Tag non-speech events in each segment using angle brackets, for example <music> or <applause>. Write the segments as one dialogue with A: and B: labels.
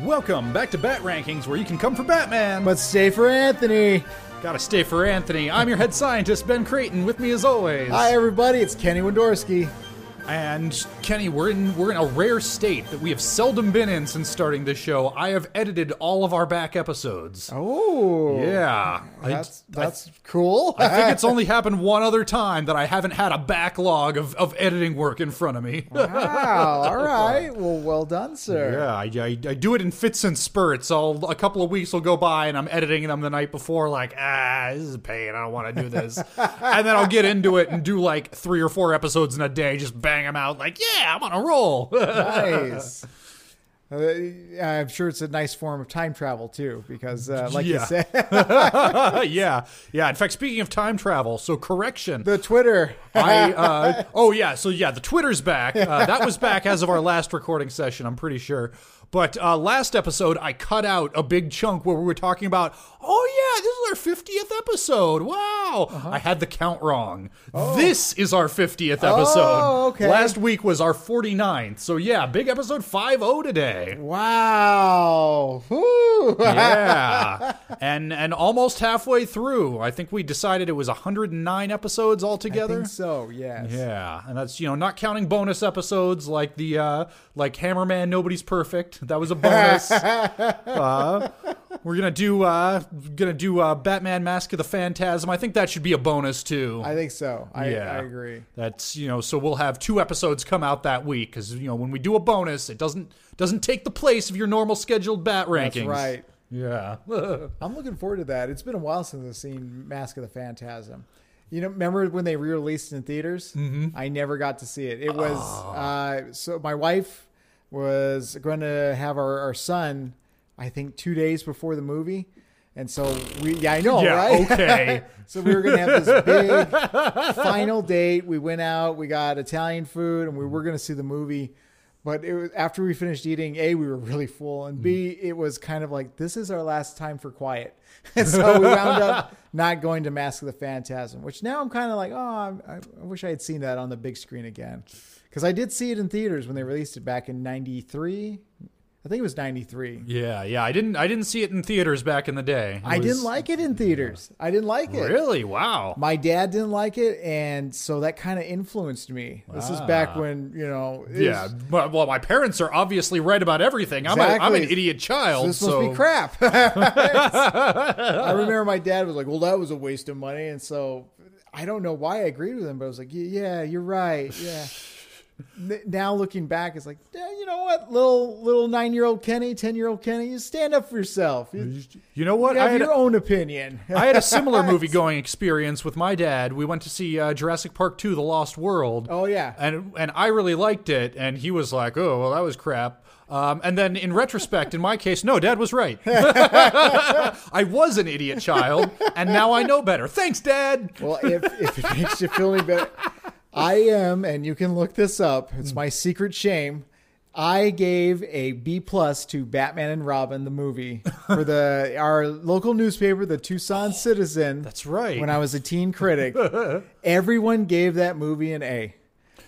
A: Welcome back to Bat Rankings, where you can come for Batman.
B: But stay for Anthony.
A: Gotta stay for Anthony. I'm your head scientist, Ben Creighton, with me as always.
B: Hi everybody, it's Kenny Wendorski.
A: And Kenny, we're in we're in a rare state that we have seldom been in since starting this show. I have edited all of our back episodes.
B: Oh,
A: Yeah, I-
B: that's that's cool.
A: I
B: <laughs>
A: think it's only happened one other time that I haven't had a backlog of, of editing work in front of me.
B: wow. All right. Well, well done, sir.
A: Yeah, I, I, I do it in fits and spurts. I'll, a couple of weeks will go by and I'm editing them the night before, like, ah, this is a pain. I don't want to do this. and then I'll get into it and do like three or four episodes in a day, just bang them out, like, yeah, I'm on a roll. <laughs>
B: Nice. Uh, I'm sure it's a nice form of time travel too, because uh, like
A: Yeah.
B: you said, <laughs>
A: yeah, yeah. In fact, speaking of time travel, so correction.
B: the Twitter. <laughs>
A: I uh, oh yeah so yeah the Twitter's back uh, that was back as of our last recording session I'm pretty sure but uh, last episode I cut out a big chunk where we were talking about oh yeah this is our 50th episode wow
B: Uh-huh.
A: I had the count wrong this is our 50th episode
B: Oh, okay.
A: last week was our 49th so yeah big episode 50 today
B: Wow. Woo.
A: yeah and and almost halfway through I think we decided it was 109 episodes
B: <laughs> I
A: altogether
B: think so. Yes.
A: Yeah, and that's you know not counting bonus episodes like the uh like Hammerman Nobody's Perfect. That was a
B: <laughs>
A: bonus. uh, we're gonna do uh gonna do uh Batman Mask of the Phantasm. I think that should be a bonus too.
B: I think so. I,
A: yeah,
B: I agree.
A: That's you know so we'll have two episodes come out that week because you know when we do a bonus it doesn't doesn't take the place of your normal scheduled bat rankings.
B: That's right. <laughs>
A: Yeah.
B: I'm looking forward to that. It's been a while since I've seen Mask of the Phantasm. You know, remember when they re-released in theaters? Mm-hmm. I never got to see it. It was
A: Ah.
B: uh, so my wife was going to have our, our son, I think, two days before the movie, and so we yeah I know
A: yeah.
B: right
A: Okay.
B: <laughs> so we were gonna have this big final date. We went out, we got Italian food, and we were gonna see the movie. But it was after we finished eating, A, we were really full, and B,
A: Mm.
B: it was kind of like this is our last time for quiet. <laughs> And so we wound up not going to Mask of the Phantasm, which now I'm kind of like, oh, I'm- I, I wish I had seen that on the big screen again. Because I did see it in theaters when they released it back in 93. I think it was 93.
A: yeah. Yeah. I didn't I didn't see it in theaters back in the day. It
B: I
A: was-
B: didn't like it in theaters. I didn't like it.
A: Really? Wow.
B: my dad didn't like it and so that kind of influenced me this is back when you know it
A: Ah. Yeah,
B: was-
A: but, well, my parents are obviously right about everything. I'm, a, I'm an
B: Exactly.
A: idiot child.
B: this
A: so
B: must be crap <laughs>
A: <laughs>
B: i remember my dad was like well that was a waste of money and so i don't know why i agreed with him but i was like yeah you're right
A: <laughs>
B: yeah N- now looking back it's like yeah, you know what little little nine-year-old kenny ten-year-old kenny you stand up for yourself you
A: You know what? I
B: have
A: had,
B: your own opinion
A: I had a similar movie going experience with my dad. We went to see uh, Jurassic Park 2 The Lost World.
B: oh yeah
A: And and I really liked it, and he was like, "Oh, well, that was crap." Um, and then in retrospect, in my case, no, Dad was right. <laughs> I was an idiot child, and now I know better. Thanks, Dad. <laughs>
B: Well, if, if it makes you feel any better, I am, and you can look this up. It's my secret shame. I gave a B plus to Batman and Robin the movie for the our local newspaper, the Tucson Citizen.
A: That's right.
B: When I was a teen critic, everyone gave that movie an A,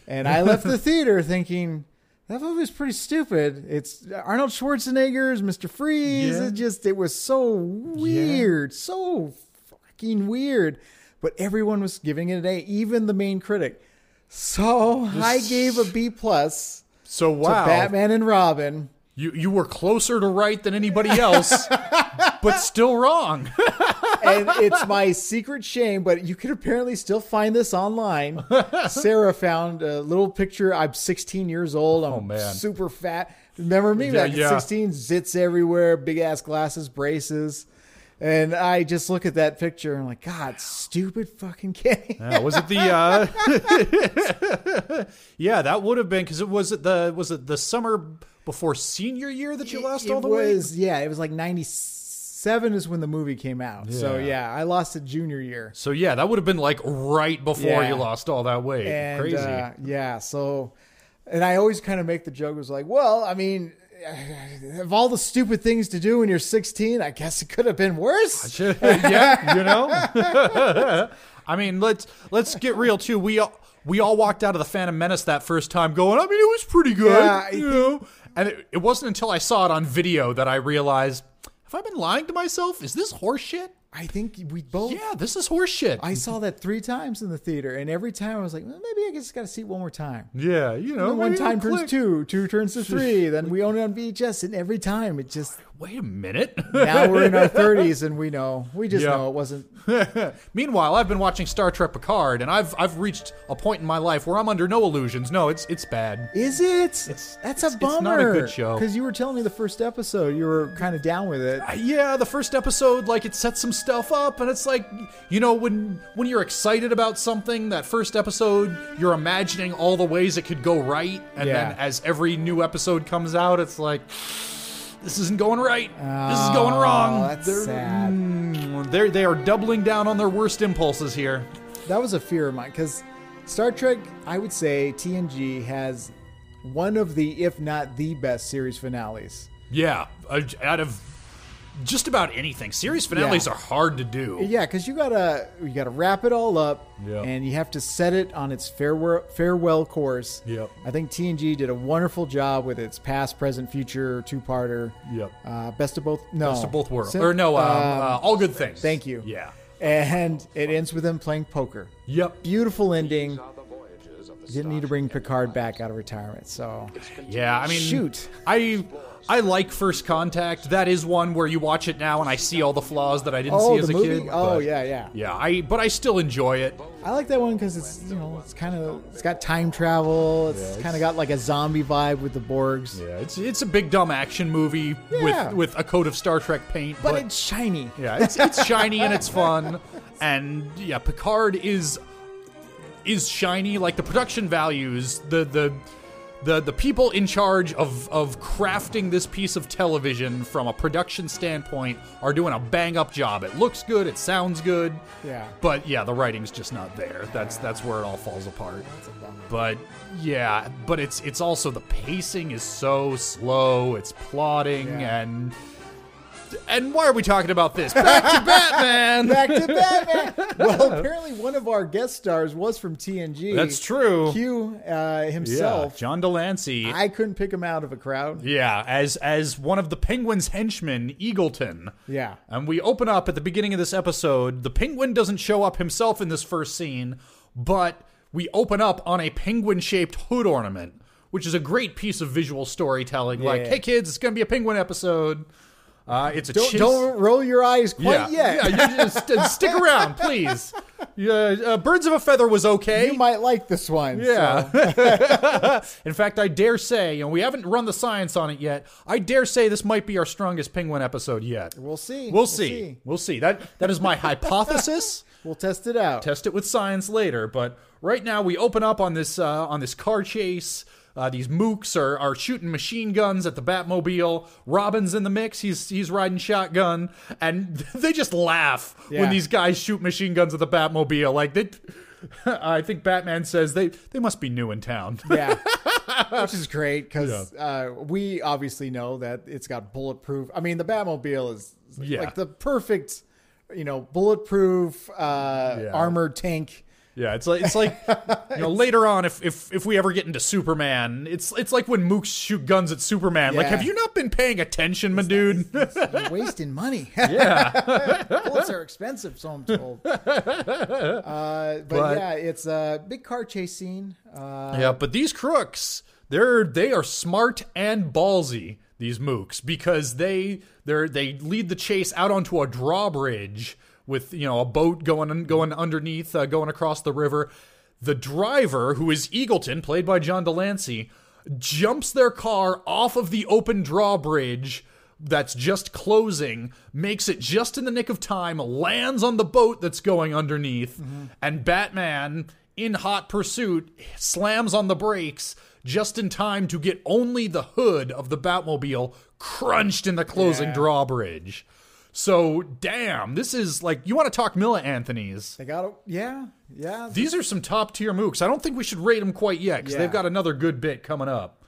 B: and I left the theater thinking. That movie was pretty stupid. It's Arnold Schwarzenegger's Mr. Freeze.
A: Yeah.
B: It just it was so weird, so fucking weird. But everyone was giving it an A, even the main critic. So I gave a B plus
A: So
B: to
A: wow,
B: Batman and Robin.
A: you you were closer to right than anybody
B: <laughs>
A: else, but still wrong.
B: and it's my secret shame, but you can apparently still find this
A: <laughs>
B: online. Sarah found a little picture. I'm 16 years old. I'm
A: Oh, man.
B: super fat. Remember me
A: Yeah,
B: back at
A: yeah.
B: 16? Zits everywhere, big ass glasses, braces. And I just look at that picture and I'm like, God, stupid fucking kid.
A: Yeah, was it the? Uh, <laughs> yeah, that would have been because it was it the was it the summer before senior year that you lost
B: it
A: all the weight.
B: was, Yeah, it was like 97 is when the movie came out. So
A: Yeah.
B: yeah, I lost it junior year.
A: So yeah, that would have been like right before
B: Yeah.
A: you lost all that weight.
B: and
A: Crazy.
B: uh, yeah so and i always kind of make the joke was like well i mean of all the stupid things to do when you're 16 i guess it could have been worse
A: <laughs> yeah, you know. <laughs> I mean, let's let's get real too. We all we all walked out of the Phantom Menace that first time going. I mean, it was pretty good,
B: Yeah, I
A: you know. And it, it wasn't until I saw it on video that I realized, have I been lying to myself? Is this horseshit?
B: I think we both.
A: Yeah, this is horseshit.
B: I saw that three times in the theater, and every time I was like, well, maybe I just got to see it one more time.
A: yeah, you know,
B: And one
A: maybe
B: time
A: it'll
B: turns
A: click.
B: two, two turns to three. then we own it on VHS, and every time it just.
A: Wait a minute.
B: Now we're in our 30s, and we know. We just
A: Yeah.
B: know it wasn't.
A: <laughs> Meanwhile, I've been watching Star Trek Picard, and I've I've reached a point in my life where I'm under no illusions. No, it's it's bad.
B: Is it?
A: It's- it's-
B: That's a
A: it's
B: bummer.
A: not a good show.
B: Because you were telling me the first episode, you were kind of down with it.
A: Yeah, the first episode, like it sets some stuff up, and it's like you know when when you're excited about something, that first episode, you're imagining all the ways it could go right, and
B: Yeah.
A: then as every new episode comes out, it's like this isn't going right. this is going
B: Oh,
A: wrong.
B: that's sad.
A: Mm, they're they are doubling down on their worst impulses here.
B: That was a fear of mine because Star Trek, I would say TNG has one of the, if not the best series finales.
A: Yeah, uh, out of just about anything. Series finales
B: Yeah.
A: are hard to do.
B: Yeah, because you gotta you gotta wrap it all up,
A: Yeah.
B: and you have to set it on its farewell farewell course.
A: Yep.
B: I think TNG did a wonderful job with its past, present, future two parter.
A: Yep.
B: Uh, best of both. No.
A: Best of both worlds.
B: Sim-
A: or no, um,
B: um,
A: uh, all good things.
B: thank you.
A: Yeah.
B: and it ends with them playing poker.
A: Yep.
B: Beautiful ending.
C: are the voyages of the
B: Didn't need to bring Picard back out of retirement. So
A: Yeah. I mean,
B: Shoot.
A: I I like First Contact. That is one where you watch it now and I see all the flaws that I didn't
B: oh,
A: see as
B: the
A: a
B: movie.
A: kid.
B: oh
A: but-
B: yeah, yeah.
A: Yeah. I but I still enjoy it.
B: I like that one because it's you know it's kind of it's got time travel. It's
A: it's-
B: kind of got like a zombie vibe with the Borgs,
A: Yeah. It's it's a big dumb action movie
B: Yeah.
A: with with a coat of Star Trek paint,
B: but, it's shiny.
A: Yeah, it's, it's shiny and it's fun, and yeah, Picard is is shiny. Like the production values, the the the the people in charge of of crafting this piece of television from a production standpoint are doing a bang up job. It looks good, it sounds good,
B: Yeah.
A: but yeah, the writing's just not there. That's that's where it all falls apart. But yeah, but it's it's also the pacing is so slow. It's plodding
B: Yeah.
A: and and why are we talking about this? Back to Batman.
B: Back to Batman. well, apparently one of our guest stars was from
A: <laughs>
B: TNG.
A: That's true.
B: Q uh,
A: yeah,
B: himself.
A: John Delancey.
B: I couldn't pick him out of a crowd.
A: yeah, as as one of the Penguin's henchmen, Eagleton.
B: Yeah.
A: And we open up at the beginning of this episode. The penguin doesn't show up himself in this first scene, but we open up on a penguin shaped hood ornament, which is a great piece of visual storytelling. Like,
B: Yeah.
A: hey kids, it's going to be a penguin episode. Uh, it's a
B: Don't,
A: chase-
B: don't roll your eyes
A: yeah,
B: quite yet.
A: yeah. You just, uh, stick around,
B: <laughs>
A: please. Yeah, uh, Birds of a Feather was okay.
B: You might like this one.
A: Yeah. <laughs> In fact, I dare say, and we haven't run the science on it yet. I dare say this might be our strongest penguin episode yet. We'll,
B: We'll see.
A: see. We'll see. That that is my hypothesis.
B: We'll test it out.
A: Test it with science later, but right now we open up on this uh, on this car chase. Uh, these mooks are, are shooting machine guns at the Batmobile. Robin's in the mix. He's he's riding shotgun, and <laughs> they just laugh
B: Yeah.
A: when these guys shoot machine guns at the Batmobile. Like they, <laughs> I think Batman says they they must be new in town. <laughs>
B: yeah. Which is great because uh, we obviously know that it's got bulletproof. I mean, the Batmobile is
A: Yeah.
B: like the perfect, you know, bulletproof uh,
A: Yeah.
B: armored tank.
A: Yeah, it's like it's like you
B: <laughs>
A: know later on if if if we ever get into Superman, it's it's like when mooks shoot guns at Superman. Like,
B: Yeah.
A: have you not been paying attention, my dude?
B: You're
A: <laughs>
B: wasting money. <laughs> bullets are expensive, so I'm told. Uh, but,
A: But-
B: yeah, it's a big car chase scene. Uh,
A: yeah, but these crooks, they're they are smart and ballsy. These mooks because they they're they lead the chase out onto a drawbridge with you know a boat going going underneath uh, going across the river. The driver, who is Eagleton, played by John Delancey, jumps their car off of the open drawbridge that's just closing, makes it just in the nick of time, lands on the boat that's going underneath, and Batman, in hot pursuit, slams on the brakes just in time to get only the hood of the Batmobile crunched in the closing
B: Yeah.
A: drawbridge. So, damn, this is like, you want to talk Milla Anthony's?
B: they got a, yeah, yeah.
A: These are some top tier mooks. I don't think we should rate them quite yet because
B: Yeah.
A: they've got another good bit coming up.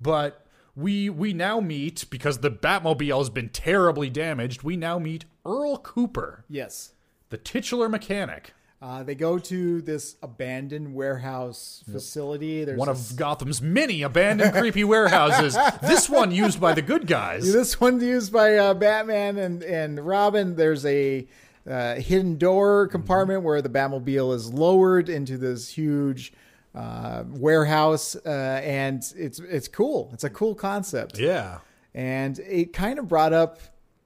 A: But we we now meet because the Batmobile has been terribly damaged. We now meet Earl Cooper,
B: yes.
A: the titular mechanic.
B: Uh, they go to this abandoned warehouse facility. There's
A: One
B: a
A: of Gotham's many
B: <laughs>
A: abandoned creepy warehouses. This one used by the good guys.
B: <laughs> This one used by uh, Batman and, and Robin. There's a uh, hidden door
A: Mm-hmm.
B: compartment where the Batmobile is lowered into this huge uh, warehouse, uh, and it's it's cool. It's a cool concept,
A: Yeah.
B: and it kind of brought up,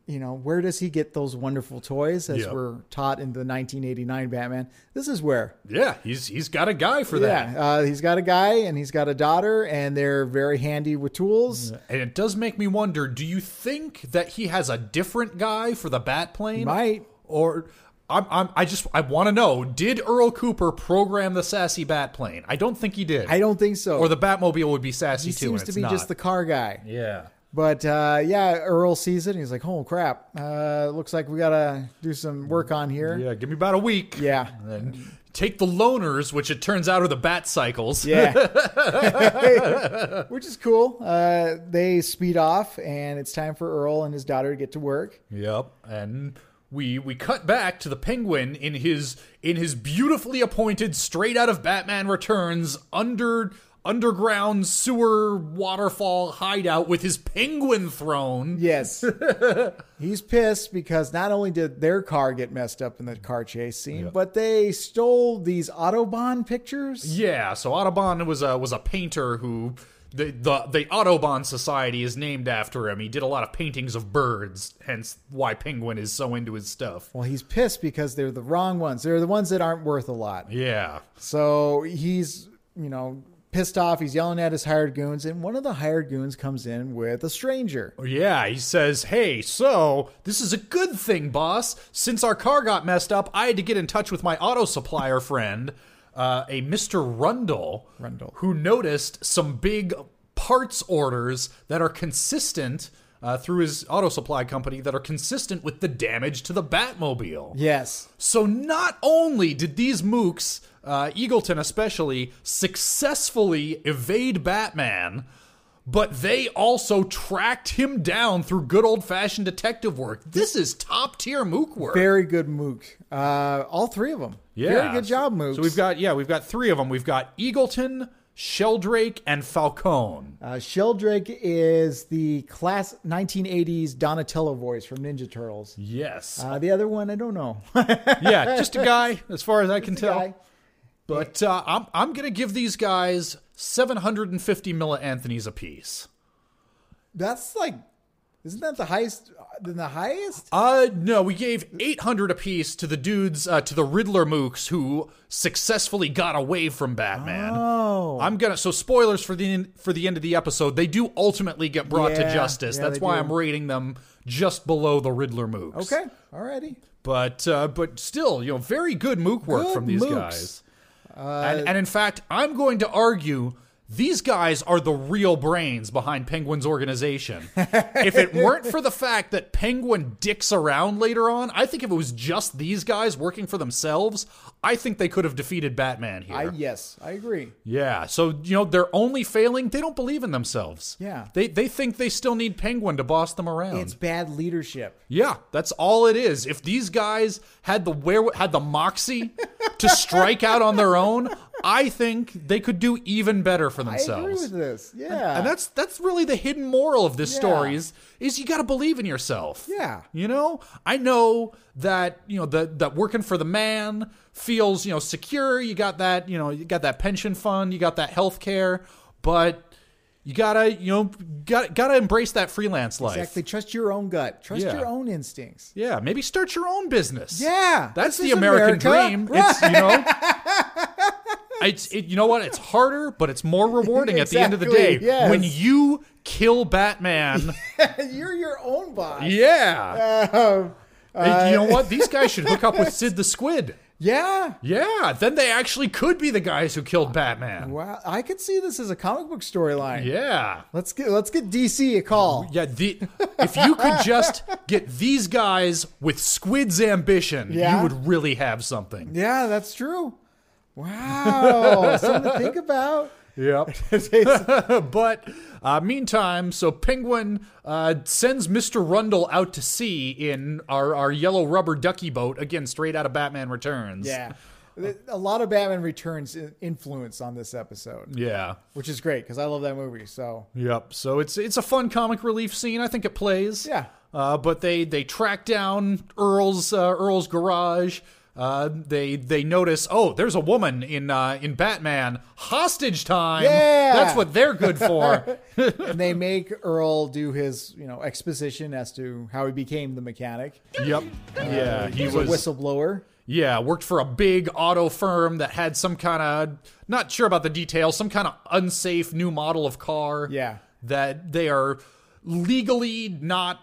B: you know, where does he get those wonderful toys? As
A: Yeah.
B: we're taught in the 1989 Batman, this is where.
A: Yeah, he's he's got a guy for that.
B: Yeah, uh, he's got a guy and he's got a daughter, and they're very handy with tools.
A: And it does make me wonder, do you think that he has a different guy for the bat plane?
B: Might.
A: Or I'm, I'm I just I want to know, did Earl Cooper program the sassy bat plane? I don't think he did.
B: I don't think so.
A: or the Batmobile would be sassy
B: he
A: too. and
B: seems to
A: it's
B: be
A: not.
B: just the car guy.
A: Yeah.
B: But uh, yeah, Earl sees it and he's like, "Oh crap! Uh, looks like we gotta do some work on here."
A: Yeah, give me about a week.
B: Yeah,
A: And then take the loners, which it turns out are the bat cycles.
B: yeah, <laughs> which is cool. Uh, they speed off, and it's time for Earl and his daughter to get to work.
A: <laughs> Yep. And we we cut back to the penguin in his in his beautifully appointed straight out of Batman Returns under underground sewer waterfall hideout with his penguin throne.
B: Yes, <laughs> he's pissed because not only did their car get messed up in the car chase scene, but they stole these Autobahn pictures.
A: Yeah, so Audubon was a was a painter who the, the the Autobahn Society is named after him. He did a lot of paintings of birds, hence why Penguin is so into his stuff.
B: Well, he's pissed because they're the wrong ones. They're the ones that aren't worth a lot.
A: Yeah.
B: So he's, you know, pissed off. He's yelling at his hired goons, and one of the hired goons comes in with a stranger.
A: Oh, Yeah, he says, Hey, so this is a good thing, boss. Since our car got messed up, I had to get in touch with my auto supplier friend, uh, a Mr. Rundle,
B: Rundle.
A: who noticed some big parts orders that are consistent uh, through his auto supply company that are consistent with the damage to the Batmobile.
B: Yes.
A: So not only did these mooks, uh, Eagleton especially, successfully evade Batman, but they also tracked him down through good old fashioned detective work. This is top tier mook work.
B: Very good mook. Uh, all three of them. Very good job, mook.
A: So we've got yeah, we've got three of them. We've got Eagleton, Sheldrake, and Falcone.
B: Uh, Sheldrake is the class 1980s Donatello voice from Ninja Turtles.
A: Yes.
B: Uh, the other one, I
A: <laughs>
B: don't know.
A: yeah, just a guy, as far as I can tell.
B: Uh, Guy.
A: But uh, I'm I'm gonna give these guys 750 millianthonys apiece.
B: That's like, isn't that the highest? Than the highest?
A: Uh, no, we gave 800 apiece to the dudes, uh, to the Riddler mooks who successfully got away from Batman.
B: Oh.
A: I'm gonna, so spoilers for the, en- for the end of the episode, they do ultimately get brought
B: Yeah,
A: to justice.
B: yeah,
A: That's
B: they
A: why
B: do.
A: I'm rating them just below the Riddler mooks.
B: Okay. Alrighty.
A: But, uh, but still, you know, very good mook work
B: Good
A: from these
B: mooks. Uh,
A: guys. and, and in fact, I'm going to argue these guys are the real brains behind Penguin's
B: <laughs>
A: organization. if it weren't for the fact that Penguin dicks around later on, I think if it was just these guys working for themselves, I think they could have defeated Batman here.
B: I, yes, I agree.
A: yeah. So, you know, they're only failing, they don't believe in themselves.
B: Yeah.
A: They they think they still need Penguin to boss them around.
B: It's bad leadership.
A: Yeah, that's all it is. If these guys had the where had the moxie
B: <laughs>
A: to strike out on their own, I think they could do even better for
B: I agree
A: themselves.
B: with this. Yeah.
A: and that's that's really the hidden moral of this
B: Yeah.
A: story is is you got to believe in yourself.
B: Yeah.
A: You know, I know that, you know, that that working for the man feels, you know, secure, you got that, you know, you got that pension fund, you got that health care, but you got to, you know, got got to embrace that freelance life.
B: Exactly. Trust your own gut. Trust
A: Yeah.
B: your own instincts.
A: Yeah, maybe start your own business.
B: Yeah,
A: that's
B: this
A: the
B: is
A: American
B: America.
A: dream. It's you
B: <laughs>
A: know, it's it, you know what? It's harder, but it's more rewarding at the end of the day
B: Exactly, yes.
A: when you kill
B: <laughs>
A: Batman.
B: You're your own boss.
A: yeah,
B: Um,
A: And you know what? These guys should hook up with Sid the Squid.
B: yeah.
A: Yeah, then they actually could be the guys who killed Batman.
B: Wow. I could see this as a comic book storyline.
A: Yeah. Oh,
B: Let's get let's get DC a call.
A: Yeah, the, if you could
B: <laughs>
A: just get these guys with Squid's ambition,
B: Yeah.
A: you would really have something.
B: Yeah, that's true.
A: <laughs>
B: Wow. Something to think about.
A: Yep. <laughs>
B: <laughs>
A: but uh, meantime, so Penguin uh, sends Mr. Rundle out to sea in our, our yellow rubber ducky boat, again, straight out of Batman Returns.
B: Yeah. Th- A lot of Batman Returns in- influence on this episode,
A: Yeah.
B: which is great because I love that movie. So
A: Yep. So it's it's a fun comic relief scene. I think it plays.
B: Yeah.
A: Uh, but they they track down Earl's uh, Earl's garage. Uh, they they notice oh there's a woman in uh, in Batman hostage time.
B: Yeah.
A: That's what they're good
B: <laughs>
A: for.
B: and they make Earl do his you know exposition as to how he became the mechanic.
A: yep. Yeah. He
B: He's
A: was
B: a whistleblower.
A: Yeah, worked for a big auto firm that had some kind of not sure about the details, some kind of unsafe new model of car.
B: Yeah.
A: That they are legally not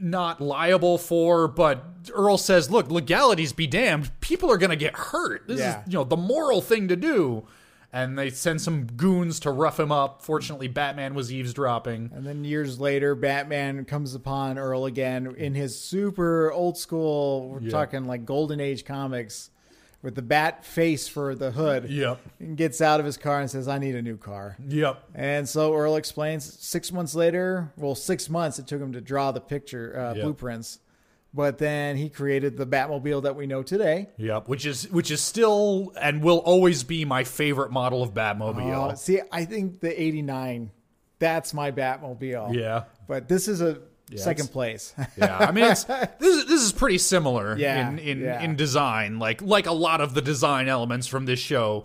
A: not liable for, but Earl says, "Look, legalities be damned. People are going to get hurt. This
B: Yeah.
A: is, you know, the moral thing to do." And they send some goons to rough him up. Fortunately, Batman was eavesdropping.
B: And then years later, Batman comes upon Earl again in his super old school. We're talking like golden age comics with the bat face for the hood.
A: Yep.
B: And gets out of his car and says, "I need a new car."
A: Yep.
B: And so Earl explains six months later, well, six months it took him to draw the picture uh,
A: Yeah.
B: blueprints, but then he created the Batmobile that we know today.
A: Yep, which is which is still and will always be my favorite model of
B: Uh,
A: Batmobile.
B: see, I think the '89, that's my Batmobile.
A: yeah.
B: But this is a
A: it's-
B: second place.
A: Yeah, I mean,
B: <laughs>
A: it's, this is this is pretty similar
B: Yeah,
A: in in,
B: yeah.
A: in design, like like a lot of the design elements from this show,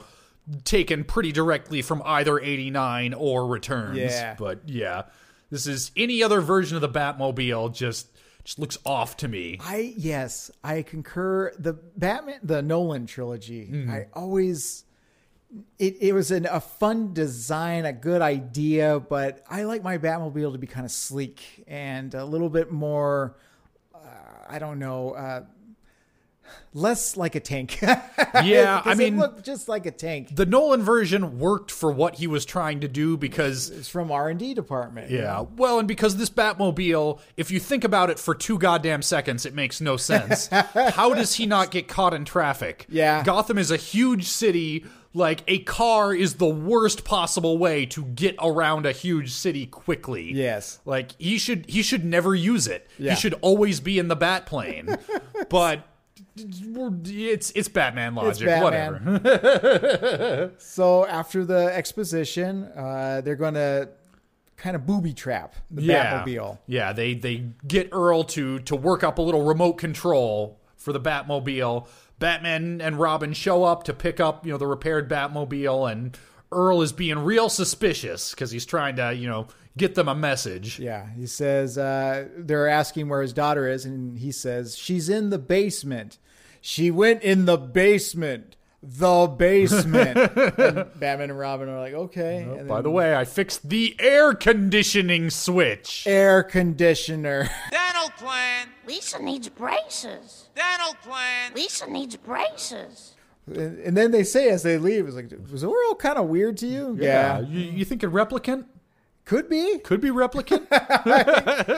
A: taken pretty directly from either '89 or Returns.
B: Yeah.
A: but yeah, this is any other version of the Batmobile just just looks off to me.
B: I yes, I concur. The Batman, the Nolan trilogy.
A: Mm-hmm.
B: I always it it was an, a fun design, a good idea, but I like my Batmobile to be kind of sleek and a little bit more. Uh, I don't know. Uh, Less like a tank. <laughs>
A: Yeah, I
B: 'Cause
A: mean-
B: it looked just like a tank.
A: The Nolan version worked for what he was trying to do because
B: It's from R and D department.
A: Yeah. Uh, Well, and because this Batmobile, if you think about it for two goddamn seconds, it makes no
B: <laughs>
A: sense. How does he not get caught in traffic?
B: Yeah.
A: Gotham is a huge city. Like, a car is the worst possible way to get around a huge city quickly.
B: Yes.
A: Like, he should he should never use it.
B: Yeah.
A: He should always be in the Batplane.
B: <laughs>
A: but it's it's Batman logic.
B: Batman.
A: Whatever.
B: So after the exposition, uh, they're going to kind of booby trap the Batmobile.
A: Yeah, they they get Earl to to work up a little remote control for the Batmobile. Batman and Robin show up to pick up, you know, the repaired Batmobile and Earl is being real suspicious cuz he's trying to, you know, get them a message.
B: Yeah, he says uh, they're asking where his daughter is, and he says she's in the basement. She went in the basement. The
A: <laughs>
B: basement. and Batman and Robin are like, okay. and
A: By
B: then
A: the way, I fixed the air conditioning switch.
B: air conditioner.
C: Dental plan.
D: Lisa needs braces.
C: Dental plan.
D: Lisa needs braces.
B: and, and then they say as they leave, "It's like was Oral kind of weird to you? Yeah,
A: You, you thinking replicant?
B: could be.
A: Could be replicant?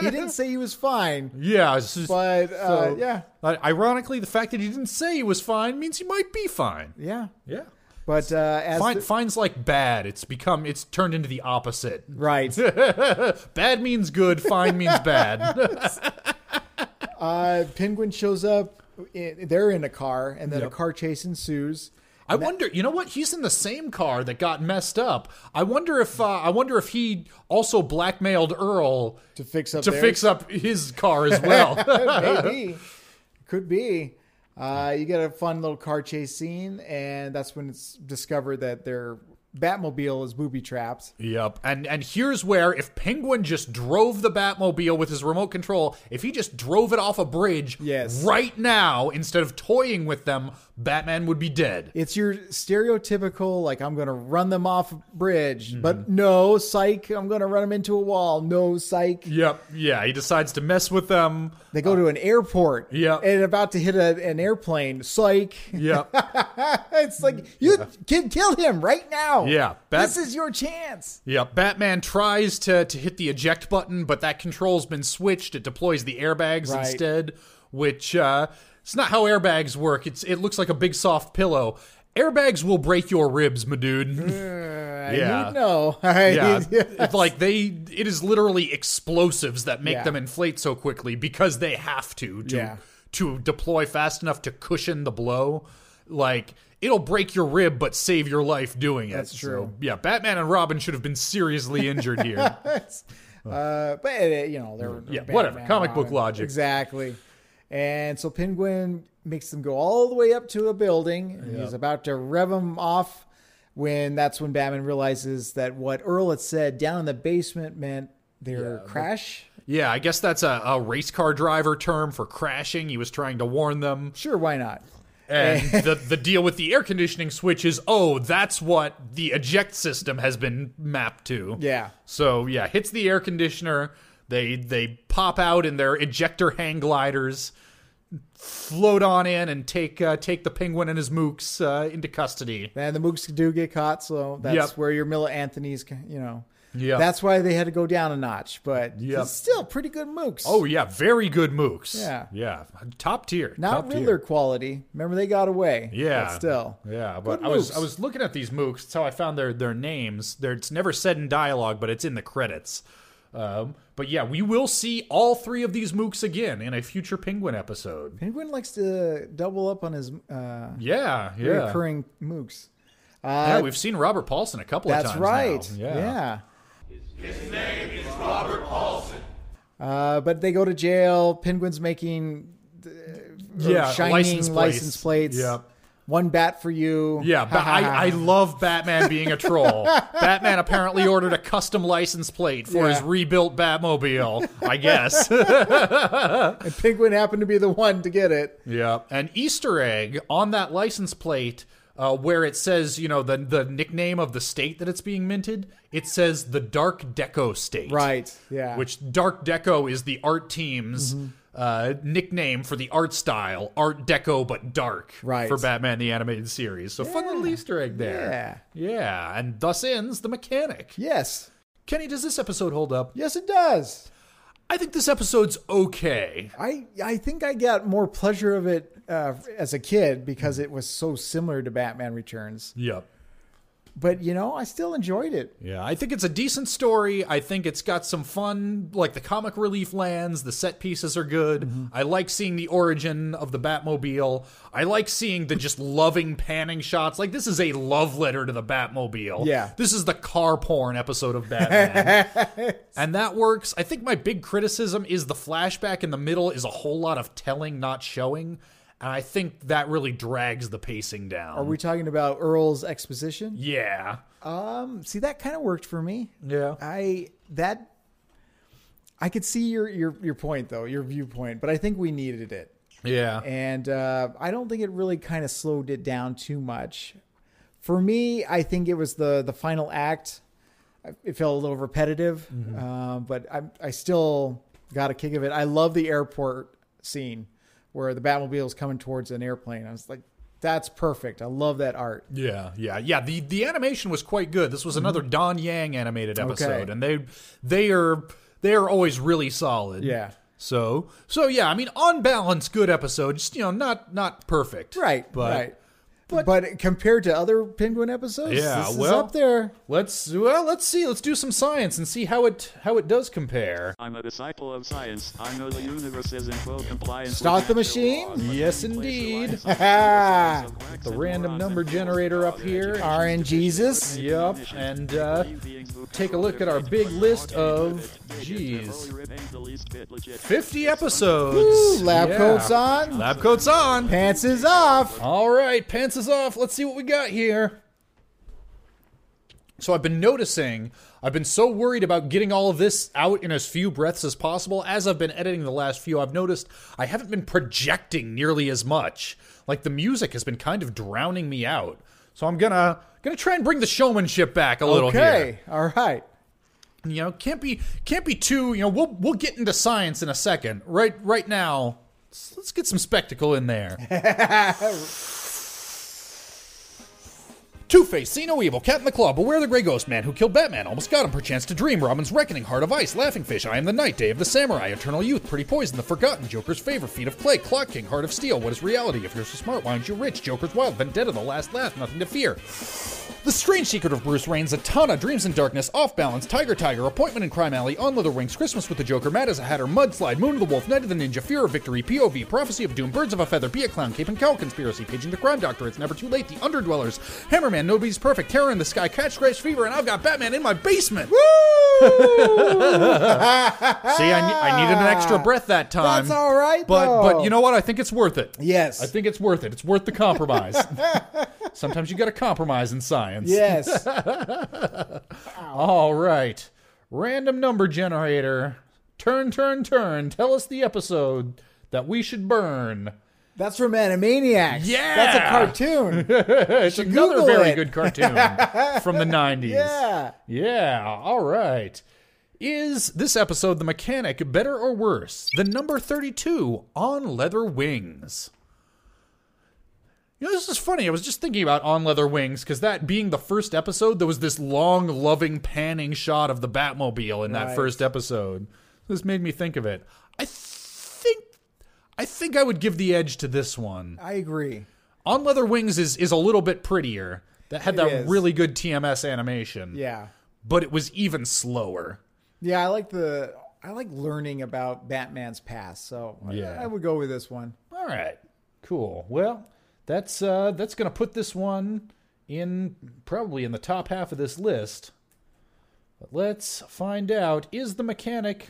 B: <laughs> He didn't say he was fine,
A: yeah. it's just-
B: but uh,
A: So-
B: yeah,
A: uh, ironically, the fact that he didn't say he was fine means he might be fine.
B: yeah.
A: Yeah.
B: But uh, as
A: Fine,
B: the-
A: fine's like bad. It's become it's turned into the opposite. <laughs>
B: right.
A: Bad means good. Fine
B: <laughs>
A: means bad.
B: Uh, Penguin shows up. i they're in a car, and then
A: Yep.
B: a car chase ensues.
A: I wonder. You know what? He's in the same car that got messed up. I wonder if uh, I wonder if he also blackmailed Earl
B: To fix up
A: to
B: theirs.
A: fix up his car as
B: <laughs>
A: well. <laughs>
B: Maybe, could be. Uh, you get a fun little car chase scene, and that's when it's discovered that their Batmobile is booby trapped.
A: yep. And and here's where if Penguin just drove the Batmobile with his remote control, if he just drove it off a bridge,
B: Yes.
A: right now instead of toying with them, Batman would be dead.
B: It's your stereotypical like I'm gonna run them off a bridge, but
A: Mm-hmm.
B: no, psych! I'm gonna run them into a wall. No, psych!
A: Yep. Yeah. He decides to mess with them.
B: They go to an airport,
A: Yeah.
B: and about to hit a, an airplane. Psych! <laughs>
A: Yep.
B: It's like you can kill him right now.
A: Yeah, Bat-
B: this is your chance.
A: Yeah, Batman tries to, to hit the eject button, but that control's been switched. It deploys the airbags
B: Right.
A: instead, which uh, it's not how airbags work. It's it looks like a big soft pillow. Airbags will break your ribs, my dude.
B: Yeah.
A: <laughs> Yeah.
B: You know. <laughs> I-
A: yeah,
B: yeah.
A: It's like they, it is literally explosives that make
B: Yeah.
A: them inflate so quickly because they have to to
B: Yeah.
A: to deploy fast enough to cushion the blow. like it'll break your rib but save your life doing it.
B: That's
A: So,
B: true.
A: yeah, Batman and Robin should have been seriously injured
B: <laughs>
A: here.
B: Uh, but uh, you know, they're
A: Mm. Yeah,
B: Batman,
A: whatever. Comic book
B: Robin.
A: logic.
B: exactly. And so Penguin makes them go all the way up to a building, and he's about to rev them off. When that's when Batman realizes that what Earl had said down in the basement meant their crash.
A: yeah, I guess that's a, a race car driver term for crashing. He was trying to warn them.
B: Sure, why not? <laughs>
A: And the, the deal with the air conditioning switch is oh, that's what the eject system has been mapped to.
B: Yeah.
A: So yeah, hits the air conditioner. They they pop out in their ejector hang gliders, float on in and take uh, take the penguin and his mooks uh, into custody.
B: And the Mooks do get caught, so that's
A: Yep.
B: where your Mila Anthony's, you know.
A: Yeah.
B: That's why they had to go down a notch, but
A: Yep.
B: it's still pretty good Mooks.
A: Oh yeah, very good mooks.
B: Yeah.
A: yeah, top tier.
B: Not
A: top tier.
B: Riddler quality. Remember, they got away.
A: Yeah.
B: But still.
A: Yeah, but
B: Good
A: I was
B: mooks.
A: I was looking at these mooks. That's how I found their their names. They're, it's never said in dialogue, but it's in the credits. Um, but yeah, we will see all three of these mooks again in a future Penguin episode.
B: Penguin likes to double up on his uh,
A: Yeah, yeah.
B: recurring mooks.
A: yeah, we've seen Robert Paulson a couple of
B: That's
A: times.
B: right.
A: now.
B: Yeah. His name is Robert Paulson. Uh, but they go to jail. Penguin's making uh,
A: Yeah,
B: shining
A: license
B: license,
A: plates.
B: plates.
A: Yep.
B: One bat for you.
A: <laughs> Yeah, but I, I love Batman being a
B: <laughs>
A: troll. Batman apparently ordered a custom license plate for his
B: Yeah.
A: rebuilt Batmobile,
B: <laughs>
A: I guess.
B: And Penguin happened to be the one to get it.
A: yeah. An Easter egg on that license plate uh, where it says, you know, the, the nickname of the state that it's being minted, it says the Dark Deco State.
B: Right. Yeah.
A: Which Dark Deco is the art team's uh, nickname for the art style, Art Deco but dark,
B: Right.
A: for Batman the Animated Series. So fun little Easter egg there. Yeah. Yeah. And thus ends The Mechanic.
B: Yes.
A: Kenny, does this episode hold up?
B: Yes, it does.
A: I think this episode's okay.
B: I I think I got more pleasure of it uh, as a kid because
A: Mm.
B: it was so similar to Batman Returns.
A: Yep.
B: But you know, I still enjoyed it.
A: Yeah, I think it's a decent story. I think it's got some fun, like the comic relief lands, the set pieces are good.
B: Mm-hmm.
A: I like seeing the origin of the Batmobile. I like seeing the just loving panning shots. Like, this is a love letter to the Batmobile.
B: Yeah.
A: This is the car porn episode of Batman.
B: <laughs>
A: and that works. I think my big criticism is the flashback in the middle is a whole lot of telling, not showing. And I think that really drags the pacing down.
B: Are we talking about Earl's exposition?
A: yeah.
B: Um, see, that kind of worked for me.
A: Yeah.
B: I that I could see your your your point though, your viewpoint, but I think we needed it,
A: Yeah.
B: and uh, I don't think it really kind of slowed it down too much. For me, I think it was the the final act. I- It felt a little repetitive, uh, but I I still got a kick of it. I love the airport scene where the Batmobile is coming towards an airplane. I was like, that's perfect. I love that art.
A: Yeah, yeah, yeah. The the animation was quite good. This was
B: Mm-hmm.
A: another Don Yang animated episode, and they they are they are always really solid.
B: Yeah.
A: So so yeah, I mean, on balance, good episode. Just you know, not not perfect.
B: Right.
A: But
B: right. But, compared to other Penguin episodes,
A: Yeah,
B: this is
A: well-
B: up there.
A: let's well let's see. Let's do some science and see how it how it does compare.
E: I'm a disciple of science. I know the universe is in full compliance.
B: Start
E: with
B: the
E: natural
B: machine?
E: laws, but
A: Yes,
E: in place
A: indeed.
B: <laughs>
E: relies on the universe of wax
A: The
E: and
A: random
E: neurons
A: number
E: and false
A: generator up
E: laws.
A: here.
B: RNGesus. Jesus.
A: Yep, and uh, take a look at our big list of geez, fifty episodes.
B: Woo, lab
A: Yeah.
B: coats on.
A: Lab coats on.
B: Pants is off.
A: All right, pants is off. Let's see what we got here. So I've been noticing, I've been so worried about getting all of this out in as few breaths as possible. As I've been editing the last few, I've noticed I haven't been projecting nearly as much. Like the music has been kind of drowning me out. So I'm gonna gonna try and bring the showmanship back a little here
B: Okay. All right.
A: you know can't be can't be too you know we'll we'll get into science in a second right right now let's, let's get some spectacle in there <laughs> Two-Face, see no evil, Cat in the Claw, beware the Grey Ghost Man who killed Batman, almost got him perchance to dream, Robin's Reckoning, Heart of Ice, Laughing Fish, I Am the Night, Day of the Samurai, Eternal Youth, Pretty Poison, The Forgotten, Joker's Favor, Feet of Clay, Clock King, Heart of Steel, What is Reality, If You're So Smart, Why Aren't You Rich, Joker's Wild, Vendetta, The Last Laugh, Nothing to Fear. The Strange Secret of Bruce Reigns, Atana, Dreams in Darkness, Off Balance, Tiger Tiger, Appointment in Crime Alley, On Leather Wings, Christmas with the Joker, Mad as a Hatter, Mudslide, Moon of the Wolf, Night of the Ninja, Fear of Victory, POV, Prophecy of Doom, Birds of a Feather, Be a Clown, Cape and Cow Conspiracy, Paging the Crime Doctor, It's Never Too Late, The Underdwellers, Hammerman, Nobody's Perfect, Terror in the Sky, Catch Scratch Fever, and I've got Batman in my basement. Woo! See, I, ne- I needed an extra breath that time.
B: That's all right,
A: but but
B: though.
A: you know what? I think it's worth it.
B: Yes.
A: I think it's worth it. It's worth the
B: <laughs>
A: compromise. Sometimes you got to compromise in science.
B: <laughs> Yes.
A: All right. Random number generator. Turn, turn, turn. Tell us the episode that we should burn.
B: That's from Animaniacs.
A: Yeah.
B: That's a cartoon.
A: <laughs> It's another
B: Google
A: very
B: it.
A: good
B: <laughs>
A: cartoon from the 90s.
B: Yeah.
A: Yeah. All right. Is this episode, The Mechanic, better or worse than number 32 on Leather Wings? You know, this is funny. I was just thinking about On Leather Wings because that being the first episode, there was this long, loving, panning shot of the Batmobile in that
B: Right.
A: first episode. This made me think of it. I think, I think I would give the edge to this one.
B: I agree.
A: On Leather Wings is is a little bit prettier. That had that
B: is.
A: really good TMS animation.
B: Yeah.
A: But it was even slower.
B: Yeah, I like the I like learning about Batman's past. So I-
A: Yeah.
B: I, would go with this one.
A: All right. Cool. Well, that's uh that's going to put this one in probably in the top half of this list. But let's find out is the mechanic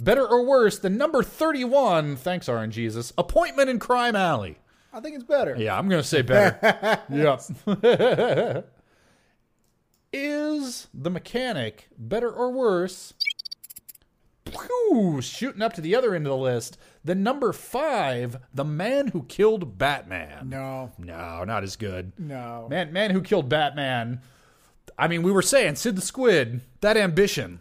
A: better or worse than number 31, thanks RNGesus, Jesus, Appointment in Crime Alley.
B: I think it's better.
A: Yeah, I'm going to say better.
B: <laughs>
A: yep. <laughs> Is the mechanic better or worse? Pew, shooting up to the other end of the list. The number five, the man who killed Batman.
B: No.
A: No, not as good.
B: No.
A: Man, man who killed Batman. I mean, we were saying Sid the Squid, that ambition.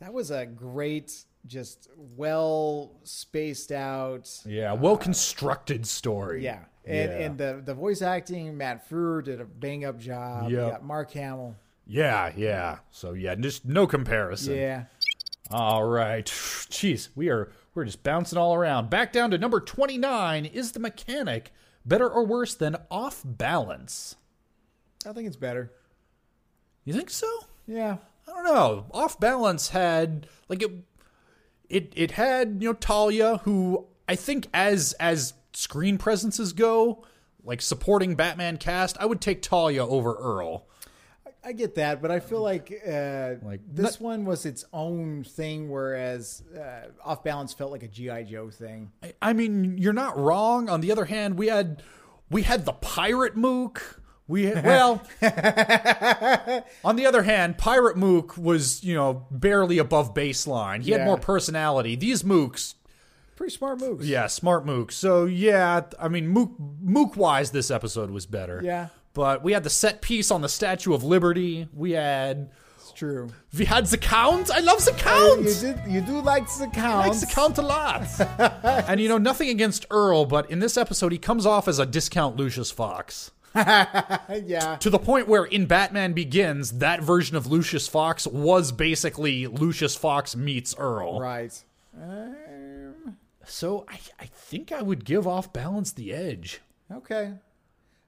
B: That was a great, just well spaced out.
A: Yeah, well constructed story.
B: Yeah. And,
A: Yeah.
B: and the, the voice acting, Matt Frewer did a bang up job.
A: Yep.
B: You got Mark Hamill.
A: Yeah, yeah. So yeah, just no comparison.
B: Yeah.
A: All right. <sighs> Jeez, we are we're just bouncing all around. Back down to number 29 is the mechanic better or worse than off balance?
B: I think it's better.
A: You think so?
B: Yeah.
A: I don't know. Off balance had like it it it had, you know, Talia who I think as as screen presences go, like supporting Batman cast, I would take Talia over Earl.
B: I get that, but I feel like uh,
A: Like,
B: this one was its own thing, whereas uh, Off Balance felt like a GI Joe thing.
A: I- I mean, you're not wrong. On the other hand, we had we had the pirate mook. We
B: <laughs>
A: had, well, on the other hand, pirate mook was you know barely above baseline. He had
B: Yeah.
A: more personality. These mooks,
B: Pretty smart moves.
A: yeah, smart mooks. So yeah, I mean, mook mook wise, this episode was better.
B: Yeah.
A: but we had the set piece on the Statue of Liberty. We had
B: it's true.
A: we had the count. I love the
B: Oh, You
A: count.
B: did. You do like the
A: I
B: count.
A: like to count a lot. <laughs> and you know, nothing against Earl, but in this episode, he comes off as a discount Lucius Fox.
B: Yeah.
A: To the point where in Batman Begins, that version of Lucius Fox was basically Lucius Fox meets Earl.
B: Right. Um,
A: So I, I think I would give off balance the edge.
B: Okay.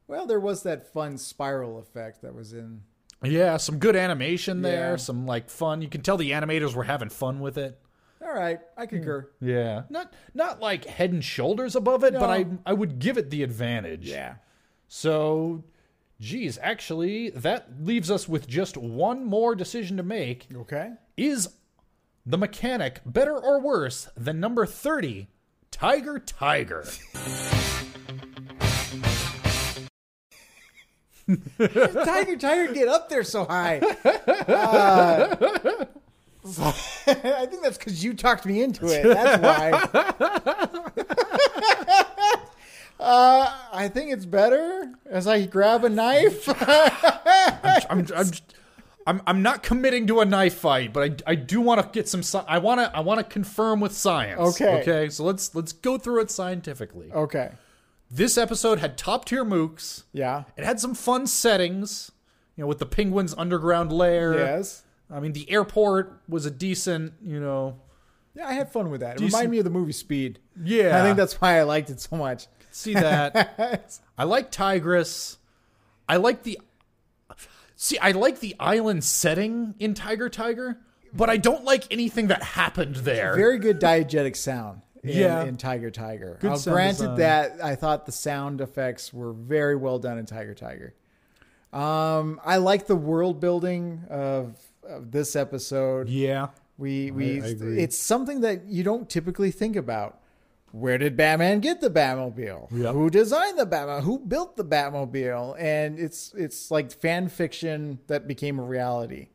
B: Well, there was that fun spiral effect that was in.
A: Yeah, some good animation there,
B: Yeah.
A: some like fun. You can tell the animators were having fun with it.
B: All right, I concur.
A: Yeah. Not not like head and shoulders above it, but I
B: No.
A: I would give it the advantage. So, geez, actually, that leaves us with just one more decision to make.
B: Okay.
A: Is the mechanic better or worse than number 30, Tiger
B: <laughs>
A: Tiger?
B: Tiger, Tiger, get up there so high. Uh, <laughs> I think that's because you talked me into it. That's why. <laughs> Uh, I think it's better as I grab a knife.
A: I'm, I'm, I'm, I'm not committing to a knife fight, but I, I do want to get some. sci- I want to I want to confirm with science.
B: Okay.
A: Okay. So let's let's go through it scientifically.
B: okay.
A: This episode had top tier mooks.
B: Yeah.
A: It had some fun settings, you know, with the penguin's underground lair.
B: Yes.
A: I mean, the airport was a decent, you know.
B: Yeah, I had fun with that. It
A: Decent-
B: reminded me of the movie Speed.
A: Yeah.
B: I think that's why I liked it so much.
A: <laughs> See that. I like Tigress. I like the. See, I like the island setting in Tiger Tiger, but I don't like anything that happened there.
B: Very good diegetic sound. In,
A: Yeah.
B: in Tiger Tiger.
A: Good
B: I'll
A: sound
B: granted
A: design.
B: that I thought the sound effects were very well done in Tiger Tiger. Um, I like the world building of, of this episode.
A: yeah.
B: We we
A: I agree.
B: it's something that you don't typically think about. Where did Batman get the Batmobile?
A: Yep.
B: Who designed the Batman? Who built the Batmobile? And it's it's like fan fiction that became a reality.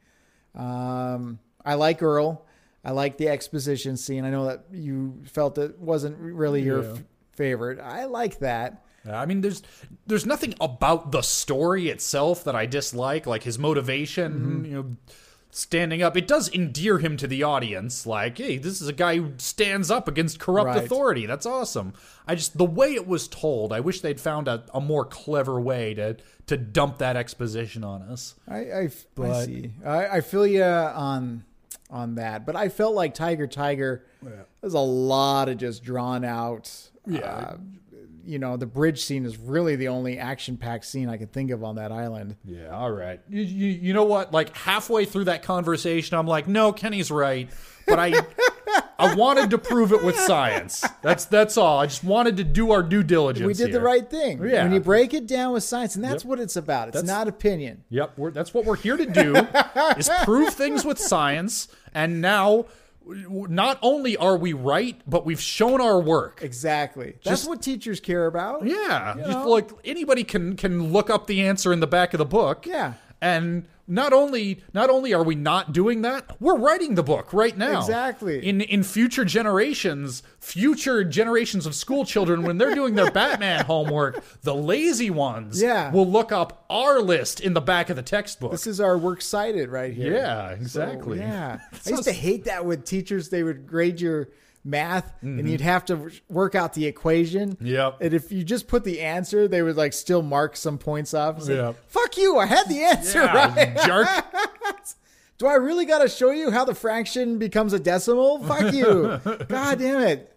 B: Um, I like Earl. I like the exposition scene. I know that you felt it wasn't really your
A: Yeah.
B: f- favorite. I like that.
A: I mean, there's there's nothing about the story itself that I dislike, like his motivation,
B: Mm-hmm.
A: you know, standing up. It does endear him to the audience. Like, hey, this is a guy who stands up against corrupt
B: Right.
A: authority. That's awesome. I just the way it was told. I wish they'd found a, a more clever way to to dump that exposition on us.
B: I I, f- I
A: But-
B: see. I, I feel you on on that, but I felt like Tiger Tiger. There's a lot of just drawn out. Yeah.
A: Uh,
B: you know, the bridge scene is really the only action packed scene I can think of on that island.
A: Yeah, all right. You, you, you know what? Like halfway through that conversation, I'm like, no, Kenny's right. But I I wanted to prove it with science. That's that's all. I just wanted to do our due diligence.
B: We did the
A: here.
B: right thing.
A: Yeah.
B: When you break it down with science, and that's what it's about. It's
A: That's-
B: not opinion.
A: Yep, we're, that's what we're here to do is prove things with science. And now, w- w- not only are we right, but we've shown our work.
B: Exactly. that's
A: Just-
B: what teachers care about.
A: Yeah, just
B: know?
A: like anybody can can look up the answer in the back of the book.
B: Yeah.
A: and not only not only are we not doing that, we're writing the book right now.
B: Exactly.
A: In in future generations, future generations of school children, when they're doing
B: <laughs>
A: their Batman homework, the lazy ones
B: Yeah.
A: will look up our list in the back of the textbook.
B: This is our work cited right here.
A: yeah, exactly. <laughs>
B: Yeah. I
A: So
B: used to hate that with teachers. They would grade your math and you'd have to work out the equation.
A: Mm-hmm. Yep.
B: And if you just put the answer, they would like still mark some points off. It's like,
A: Yep.
B: Fuck you. I had the answer
A: Yeah,
B: right.
A: jerk.
B: Do I really got to show you how the fraction becomes a decimal?
A: <laughs>
B: Fuck you. God damn it.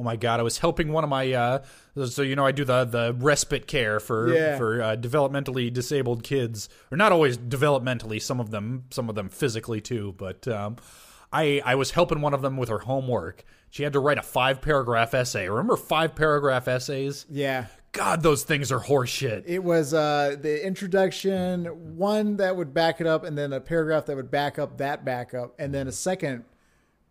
A: Oh my god, I was helping one of my uh so you know I do the the respite care for
B: Yeah.
A: for uh, developmentally disabled kids or not always developmentally some of them some of them physically too, but um I I was helping one of them with her homework. She had to write a five paragraph essay. Remember five paragraph essays?
B: Yeah.
A: God, those things are horseshit.
B: It was uh, the introduction, one that would back it up, and then a paragraph that would back up that backup, and then a second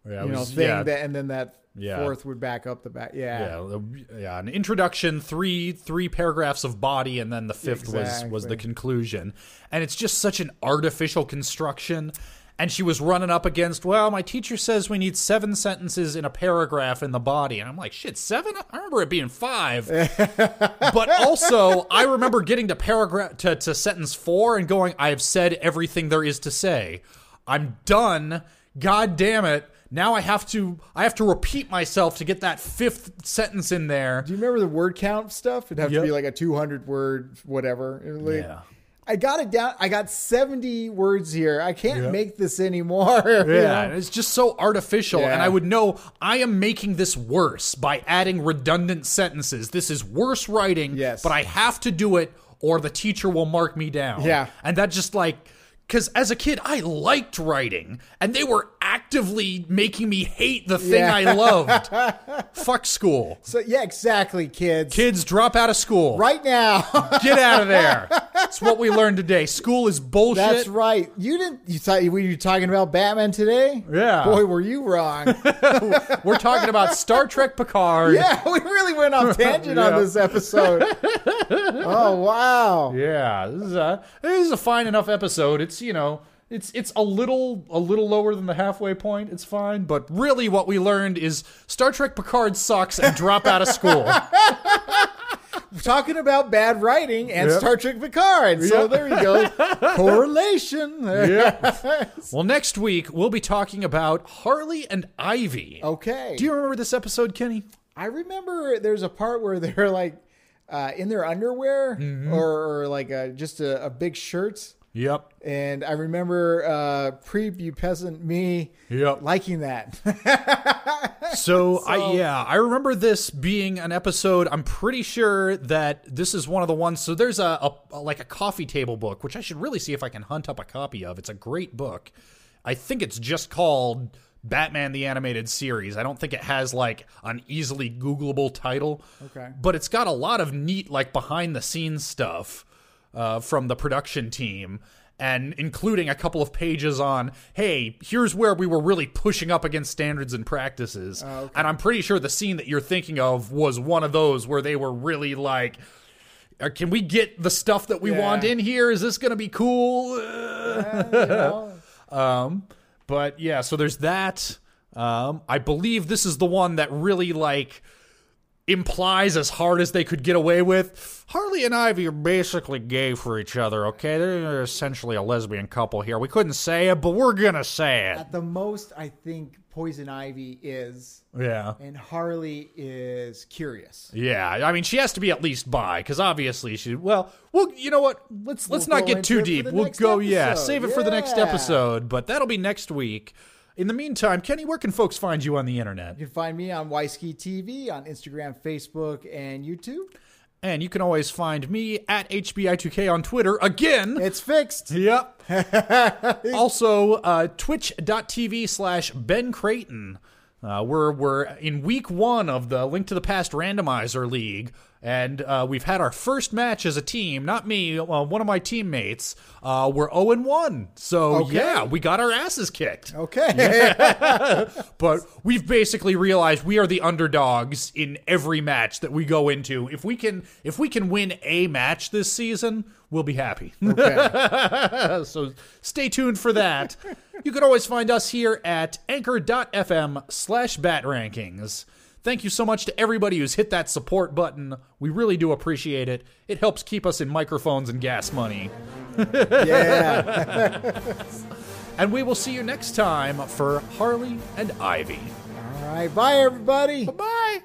A: Yeah, it
B: you know
A: was-
B: thing
A: yeah.
B: that, and then that
A: Yeah.
B: fourth would back up the back.
A: Yeah, the- yeah, an introduction, three three paragraphs of body, and then the fifth was was the
B: Exactly.
A: conclusion. And it's just such an artificial construction. And she was running up against, well, my teacher says we need seven sentences in a paragraph in the body, and I'm like, shit, seven? I remember it being
B: <laughs>
A: five. but also, I remember getting to paragraph to, to sentence four and going, I have said everything there is to say. I'm done. God damn it. Now I have to I have to repeat myself to get that fifth sentence in there.
B: Do you remember the word count stuff? It'd have
A: Yep.
B: to be like a 200 word whatever. It was like,
A: Yeah.
B: I got it down. I got 70 words here. I can't
A: Yep.
B: make this anymore. <laughs> You
A: Yeah,
B: know?
A: and it's just so artificial, and
B: Yeah.
A: I would know I am making this worse by adding redundant sentences. This is worse writing,
B: Yes.
A: but I have to do it, or the teacher will mark me down.
B: Yeah.
A: and that just like because as a kid I liked writing, and they were actively making me hate the thing
B: Yeah.
A: I
B: <laughs>
A: loved. Fuck school.
B: So, yeah, exactly, kids.
A: Kids drop out of school. <laughs>
B: Right now.
A: Get out of there. That's what we learned today. School is bullshit.
B: That's right. You didn't. You thought you were you talking about Batman today?
A: Yeah.
B: Boy, were you wrong. <laughs>
A: We're talking about Star Trek Picard.
B: yeah, we really went off
A: <laughs>
B: tangent
A: Yeah.
B: on this episode. oh wow.
A: Yeah, this is a this is a fine enough episode. It's you know it's it's a little a little lower than the halfway point. It's fine, but really what we learned is Star Trek Picard sucks and drop out of school.
B: talking about bad writing and Star Trek Picard. So
A: Yep.
B: there you go.
A: <laughs>
B: Correlation.
A: well, next week we'll be talking about Harley and Ivy.
B: Okay.
A: Do you remember this episode, Kenny?
B: I remember there's a part where
A: Mm-hmm.
B: they're like uh, in their underwear or, or like a, just a, a big shirt.
A: Yep.
B: And I remember uh, pre-pubescent me
A: Yep.
B: liking that. <laughs>
A: So, I yeah, I remember this being an episode. I'm pretty sure that this is one of the ones. So there's a, a like a coffee table book, which I should really see if I can hunt up a copy of. It's a great book. I think it's just called Batman the Animated Series. I don't think it has like an easily Googleable title.
B: Okay.
A: but it's got a lot of neat like behind the scenes stuff uh, from the production team and including a couple of pages on hey here's where we were really pushing up against standards and practices and i'm pretty sure the scene that you're thinking of was one of those where they were really like uh, can we get the stuff that we
B: Yeah.
A: want in here is this gonna be cool Uh, <laughs> um, but yeah, so there's that. Um, I believe this is the one that really like implies as hard as they could get away with. Harley and Ivy are basically gay for each other. Okay, they're essentially a lesbian couple here. We couldn't say it, but we're gonna say it.
B: At the most, I think Poison Ivy is,
A: Yeah.
B: and Harley is curious.
A: Yeah, I mean, she has to be at least bi because obviously she. Well, well, you know what? Let's let's
B: We'll
A: not
B: go
A: get too
B: into it for
A: deep.
B: the
A: We'll
B: next
A: go, yeah,
B: episode.
A: save it for the next
B: Yeah.
A: episode. But that'll be next week. In the meantime, Kenny, where can folks find you on the internet?
B: You can find me on Wisky TV on Instagram, Facebook, and YouTube.
A: And you can always find me at HBI2K on Twitter again.
B: It's fixed.
A: Yep. also, uh, twitch.tv slash Ben Creighton. Uh, we're, we're in week one of the Link to the Past Randomizer League, and uh, we've had our first match as a team. Not me, uh, one of my teammates. Uh, we're 0 and 1. So,
B: Okay.
A: yeah, we got our asses kicked.
B: Okay.
A: But we've basically realized we are the underdogs in every match that we go into. If we can if we can win a match this season, we'll be happy. <laughs> so stay tuned for that. you can always find us here at anchor.fm slash bat rankings. Thank you so much to everybody who's hit that support button. We really do appreciate it. It helps keep us in microphones and gas money.
B: <laughs> yeah.
A: And we will see you next time for Harley and Ivy.
B: All right. Bye, everybody.
A: Bye.